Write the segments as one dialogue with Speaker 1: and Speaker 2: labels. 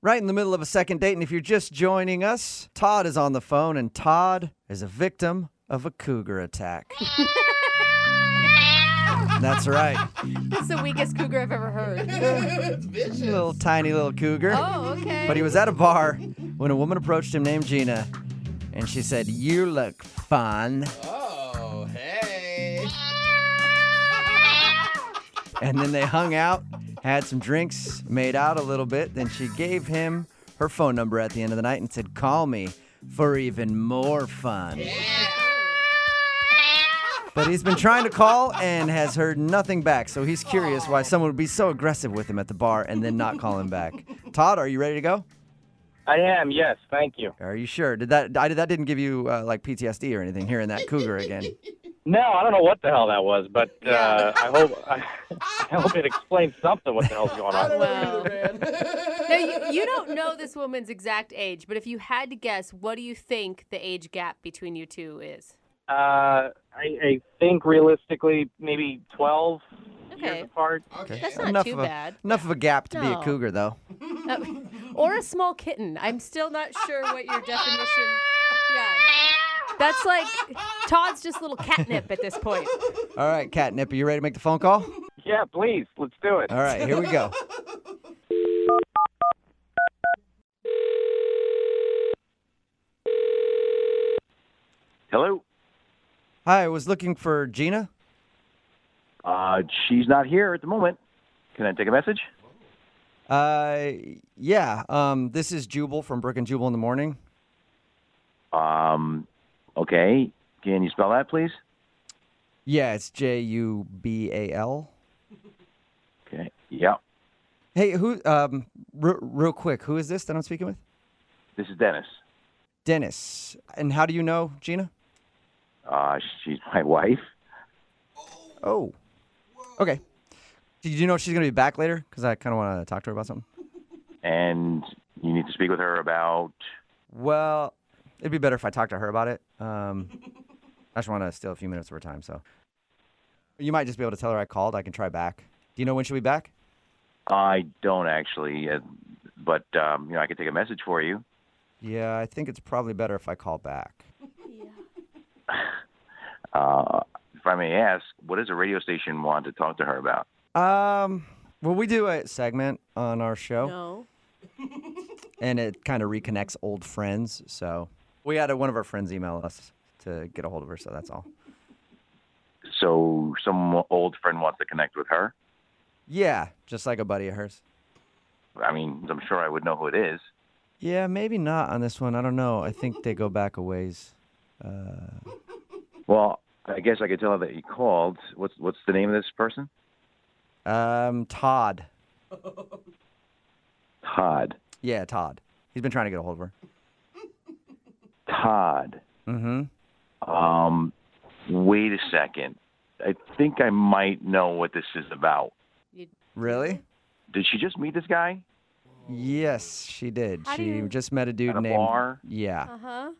Speaker 1: right in the middle of a second date. And if you're just joining us, Todd is on the phone, and Todd is a victim of a cougar attack. That's right.
Speaker 2: It's the weakest cougar I've ever heard.
Speaker 1: Little tiny little cougar.
Speaker 2: Oh, okay.
Speaker 1: But he was at a bar when a woman approached him named Gina, and she said, You look fun.
Speaker 3: Oh, hey.
Speaker 1: And then they hung out, had some drinks, made out a little bit. Then she gave him her phone number at the end of the night and said, Call me for even more fun. But he's been trying to call and has heard nothing back. So he's curious why someone would be so aggressive with him at the bar and then not call him back. Todd, are you ready to go?
Speaker 4: I am, yes, thank you.
Speaker 1: Are you sure? Did that? I that didn't give you uh, like PTSD or anything hearing that cougar again.
Speaker 4: No, I don't know what the hell that was, but uh, I hope I, I hope it explains something. What the hell's going
Speaker 3: I
Speaker 4: on?
Speaker 3: don't
Speaker 2: Wow.
Speaker 3: know either, man.
Speaker 2: Now, you, you don't know this woman's exact age, but if you had to guess, what do you think the age gap between you two is?
Speaker 4: Uh, I, I think realistically, maybe twelve
Speaker 2: Okay.
Speaker 4: years apart.
Speaker 3: okay.
Speaker 2: That's not
Speaker 1: enough
Speaker 2: too
Speaker 1: of a,
Speaker 2: bad.
Speaker 1: Enough of a gap to be a
Speaker 2: No.
Speaker 1: cougar, though.
Speaker 2: Uh, or a small kitten. I'm still not sure what your definition. Yeah. That's like Todd's just little catnip at this point.
Speaker 1: All right, catnip, are you ready to make the phone call?
Speaker 4: Yeah, please, let's do it.
Speaker 1: All right, here we go.
Speaker 5: Hello.
Speaker 1: Hi, I was looking for Gina.
Speaker 5: Uh, she's not here at the moment. Can I take a message?
Speaker 1: Uh, yeah. Um, this is Jubal from Brook and Jubal in the morning.
Speaker 5: Um, okay. Can you spell that, please?
Speaker 1: Yeah, it's J U B A L.
Speaker 5: Okay. Yeah.
Speaker 1: Hey, who? Um, re- real quick, who is this that I'm speaking with?
Speaker 5: This is Dennis.
Speaker 1: Dennis. And how do you know Gina?
Speaker 5: Uh, she's my wife.
Speaker 1: Oh. Okay. Do you know if she's gonna be back later? Because I kind of want to talk to her about something.
Speaker 5: and you need to speak with her about.
Speaker 1: Well, it'd be better if I talked to her about it. Um, I just want to steal a few minutes of her time, so. You might just be able to tell her I called. I can try back. Do you know when she'll be back?
Speaker 5: I don't actually, uh, but um, you know, I could take a message for you.
Speaker 1: Yeah, I think it's probably better if I call back.
Speaker 5: Uh, if I may ask, what does a radio station want to talk to her about?
Speaker 1: Um, well, we do a segment on our show,
Speaker 2: No.
Speaker 1: and it kind of reconnects old friends. So we had a, one of our friends email us to get a hold of her, so that's all.
Speaker 5: So, some old friend wants to connect with her.
Speaker 1: Yeah, just like a buddy of hers.
Speaker 5: I mean, I'm sure I would know who it is.
Speaker 1: Yeah, maybe not on this one. I don't know. I think they go back a ways.
Speaker 5: Well, I guess I could tell her that you called. What's what's the name of this person?
Speaker 1: Um, Todd.
Speaker 5: Todd.
Speaker 1: Yeah, Todd. He's been trying to get a hold of her.
Speaker 5: Todd.
Speaker 1: Mm-hmm.
Speaker 5: Um, wait a second. I think I might know what this is about.
Speaker 1: Really?
Speaker 5: Did she just meet this guy
Speaker 1: Yes, she did.
Speaker 2: How do
Speaker 1: she
Speaker 2: you-
Speaker 1: just met a dude
Speaker 5: at a
Speaker 1: named.
Speaker 5: bar?
Speaker 1: Yeah.
Speaker 2: Uh huh.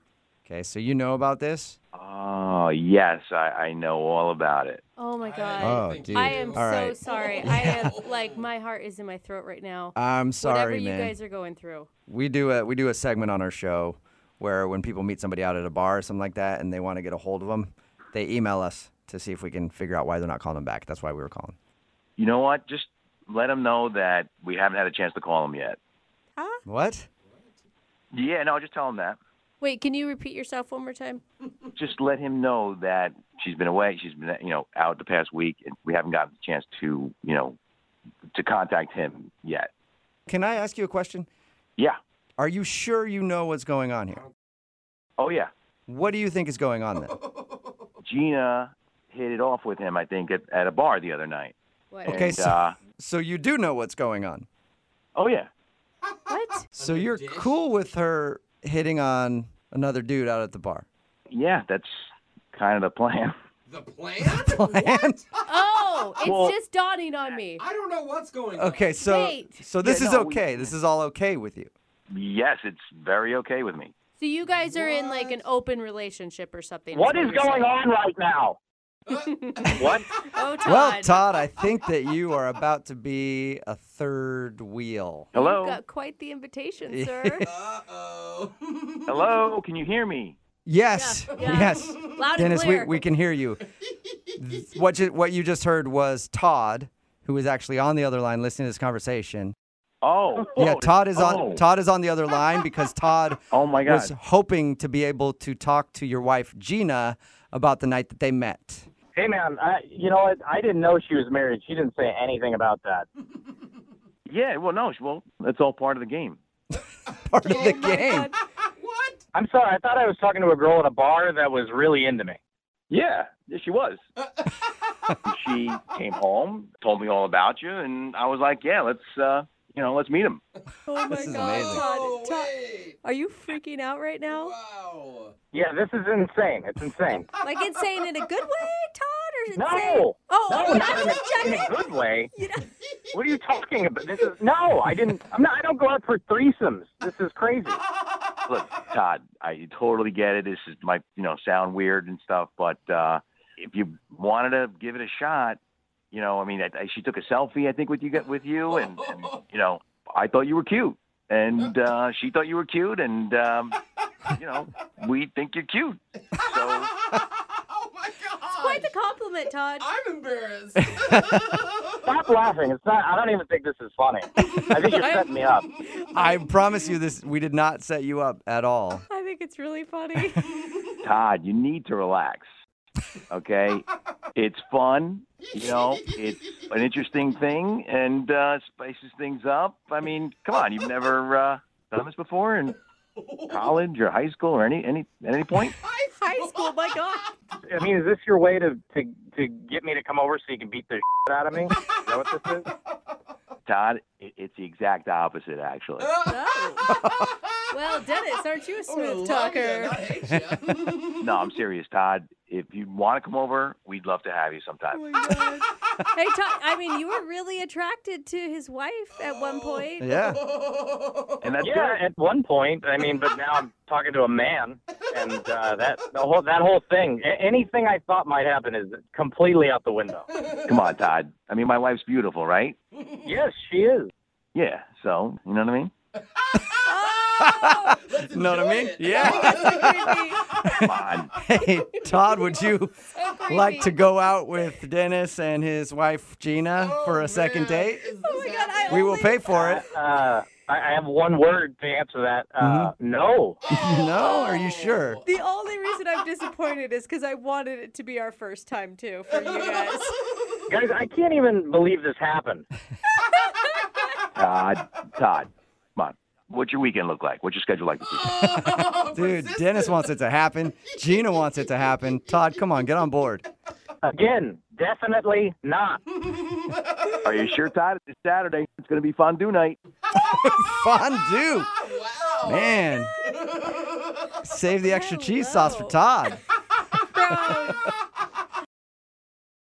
Speaker 1: Okay, so you know about this?
Speaker 5: Oh, yes, I, I know all about it.
Speaker 2: Oh my
Speaker 1: Oh,
Speaker 2: god.
Speaker 3: think
Speaker 1: dude.
Speaker 2: I am so
Speaker 1: All right.
Speaker 2: sorry. I am like my heart is in my throat right now.
Speaker 1: I'm
Speaker 2: Whatever
Speaker 1: sorry,
Speaker 2: you
Speaker 1: man.
Speaker 2: guys are going through.
Speaker 1: we do a we do a segment on our show where when people meet somebody out at a bar or something like that, and they want to get a hold of them, they email us to see if we can figure out why they're not calling them back. That's why we were calling.
Speaker 5: You know what? Just let him know that we haven't had a chance to call him yet.
Speaker 1: What?
Speaker 5: Yeah, no, just tell him that.
Speaker 2: Wait, can you repeat yourself one more time?
Speaker 5: Just let him know that she's been away. She's been, you know, out the past week, and we haven't gotten the chance to, you know, to contact him yet.
Speaker 1: Can I ask you a question?
Speaker 5: Yeah.
Speaker 1: Are you sure you know what's going on here?
Speaker 5: Oh yeah.
Speaker 1: What do you think is going on then?
Speaker 5: Gina hit it off with him, I think, at, at a bar the other night.
Speaker 2: What?
Speaker 1: Okay,
Speaker 5: And,
Speaker 1: so-
Speaker 5: uh,
Speaker 1: So you do know what's going on.
Speaker 5: oh yeah.
Speaker 2: What?
Speaker 1: So you're cool with her hitting on another dude out at the bar.
Speaker 5: Yeah, that's kind of the plan.
Speaker 3: The plan?
Speaker 1: What?
Speaker 2: Oh, it's
Speaker 5: Well-
Speaker 2: just dawning on me.
Speaker 3: I don't know what's going on.
Speaker 1: Okay, so
Speaker 2: Wait.
Speaker 1: so this
Speaker 5: Yeah,
Speaker 1: is
Speaker 5: no, we-
Speaker 1: okay. This is all okay with you.
Speaker 5: Yes, it's very okay with me.
Speaker 2: So you guys are in like an open relationship or something.
Speaker 4: What is going on right now? What?
Speaker 2: Oh, Todd.
Speaker 1: Well, Todd, I think that you are about to be a third wheel.
Speaker 5: Hello?
Speaker 2: You've got quite the invitation,
Speaker 1: Yeah.
Speaker 2: sir.
Speaker 3: Uh-oh.
Speaker 5: Hello, can you hear me?
Speaker 1: Yes,
Speaker 2: yeah.
Speaker 1: yes.
Speaker 2: Loud
Speaker 1: Dennis,
Speaker 2: and clear.
Speaker 1: we, we can hear you. Th- what, you. what you just heard was Todd, who is actually on the other line listening to this conversation.
Speaker 5: Oh,
Speaker 1: Yeah,
Speaker 5: oh,
Speaker 1: Todd is on
Speaker 5: oh.
Speaker 1: Todd is on the other line because Todd
Speaker 5: Oh my God!
Speaker 1: was hoping to be able to talk to your wife Gina about the night that they met.
Speaker 4: Hey, man, I, you know what? I didn't know she was married. She didn't say anything about that.
Speaker 5: Yeah, well, no, well, that's all part of the game.
Speaker 1: Part of the
Speaker 2: Oh my
Speaker 1: game.
Speaker 2: God.
Speaker 3: what?
Speaker 4: I'm sorry. I thought I was talking to a girl at a bar that was really into me.
Speaker 5: Yeah, yeah, she was. she came home, told me all about you, and I was like, yeah, let's, uh, you know, let's meet him.
Speaker 2: Oh my
Speaker 1: This is
Speaker 2: God,
Speaker 1: amazing.
Speaker 2: Todd.
Speaker 3: Oh,
Speaker 2: Todd,
Speaker 3: wait.
Speaker 2: are you freaking out right now?
Speaker 3: Wow.
Speaker 4: Yeah, this is insane. It's insane.
Speaker 2: Like insane in a good way, Todd, or
Speaker 4: No.
Speaker 2: insane? Oh,
Speaker 4: No,
Speaker 2: I'm
Speaker 4: not in
Speaker 2: just
Speaker 4: a, in a
Speaker 2: checking.
Speaker 4: good way.
Speaker 2: You know,
Speaker 4: What are you talking about? This is no. I didn't. I'm not. I don't go out for threesomes. This is crazy.
Speaker 5: Look, Todd, I totally get it. This is my, you know, sound weird and stuff, but uh, if you wanted to give it a shot, you know, I mean, I, I, she took a selfie, I think, with you, get- with you, and, and you know, I thought you were cute, and uh, she thought you were cute, and um, you know, we think you're cute. So
Speaker 3: oh my god.
Speaker 2: quite the compliment, Todd.
Speaker 3: I'm embarrassed.
Speaker 4: Stop laughing. It's not. I don't even think this is funny. I think you're setting me up.
Speaker 1: I promise you this we did not set you up at all.
Speaker 2: I think it's really funny.
Speaker 5: Todd, you need to relax. Okay, it's fun. You know, it's an interesting thing and uh, spices things up. I mean, come on, you've never uh, done this before in college or high school or any any at any point.
Speaker 2: High school, my God.
Speaker 4: I mean, is this your way to to to get me to come over so you can beat the shit out of me? Is that what this is?
Speaker 5: Todd, it, it's the exact opposite, actually.
Speaker 2: Oh. Well, Dennis, aren't you a
Speaker 3: I love
Speaker 2: smooth
Speaker 3: ya,
Speaker 2: talker?
Speaker 3: not hate ya.
Speaker 5: No, I'm serious, Todd. If you want to come over, we'd love to have you
Speaker 2: Oh
Speaker 5: sometime.
Speaker 2: my God. Hey, Todd, I mean, you were really attracted to his wife at one point.
Speaker 1: Yeah.
Speaker 2: Oh!
Speaker 5: And that's
Speaker 4: Yeah, at one point. I mean, but now I'm talking to a man, and uh, that the whole that whole thing, a- anything I thought might happen is completely out the window.
Speaker 5: good. Come on, Todd. I mean, my wife's beautiful, right?
Speaker 4: Yes, she is.
Speaker 5: Yeah. So, you know what I mean?
Speaker 2: Oh,
Speaker 1: know what I
Speaker 3: enjoy
Speaker 1: mean?
Speaker 3: it.
Speaker 1: Yeah.
Speaker 2: so creepy.
Speaker 5: Come on.
Speaker 1: Hey, Todd, would you
Speaker 2: So creepy.
Speaker 1: like to go out with Dennis and his wife Gina
Speaker 3: Oh,
Speaker 1: uh, for a second
Speaker 3: man.
Speaker 1: date?
Speaker 3: Is
Speaker 2: Oh my
Speaker 3: this
Speaker 2: God, I
Speaker 1: We
Speaker 3: happening?
Speaker 1: will pay for it.
Speaker 4: Uh, I, I have one word to answer that. Uh, No.
Speaker 1: No, are you sure?
Speaker 2: The only reason I'm disappointed is because I wanted it to be our first time too for you guys.
Speaker 4: Guys, I can't even believe this happened.
Speaker 5: Todd, Todd, come on. What's your weekend look like? What's your schedule like this weekend?
Speaker 3: Oh,
Speaker 1: Dude,
Speaker 3: persistent.
Speaker 1: Dennis wants it to happen. Gina wants it to happen. Todd, come on, get on board.
Speaker 4: Again, definitely not.
Speaker 5: Are you sure, Todd? It's Saturday. It's going to be fondue night.
Speaker 1: Fondue.
Speaker 3: Wow.
Speaker 1: Man. Save the extra cheese sauce for
Speaker 2: Hello.
Speaker 1: Todd.
Speaker 2: Bro,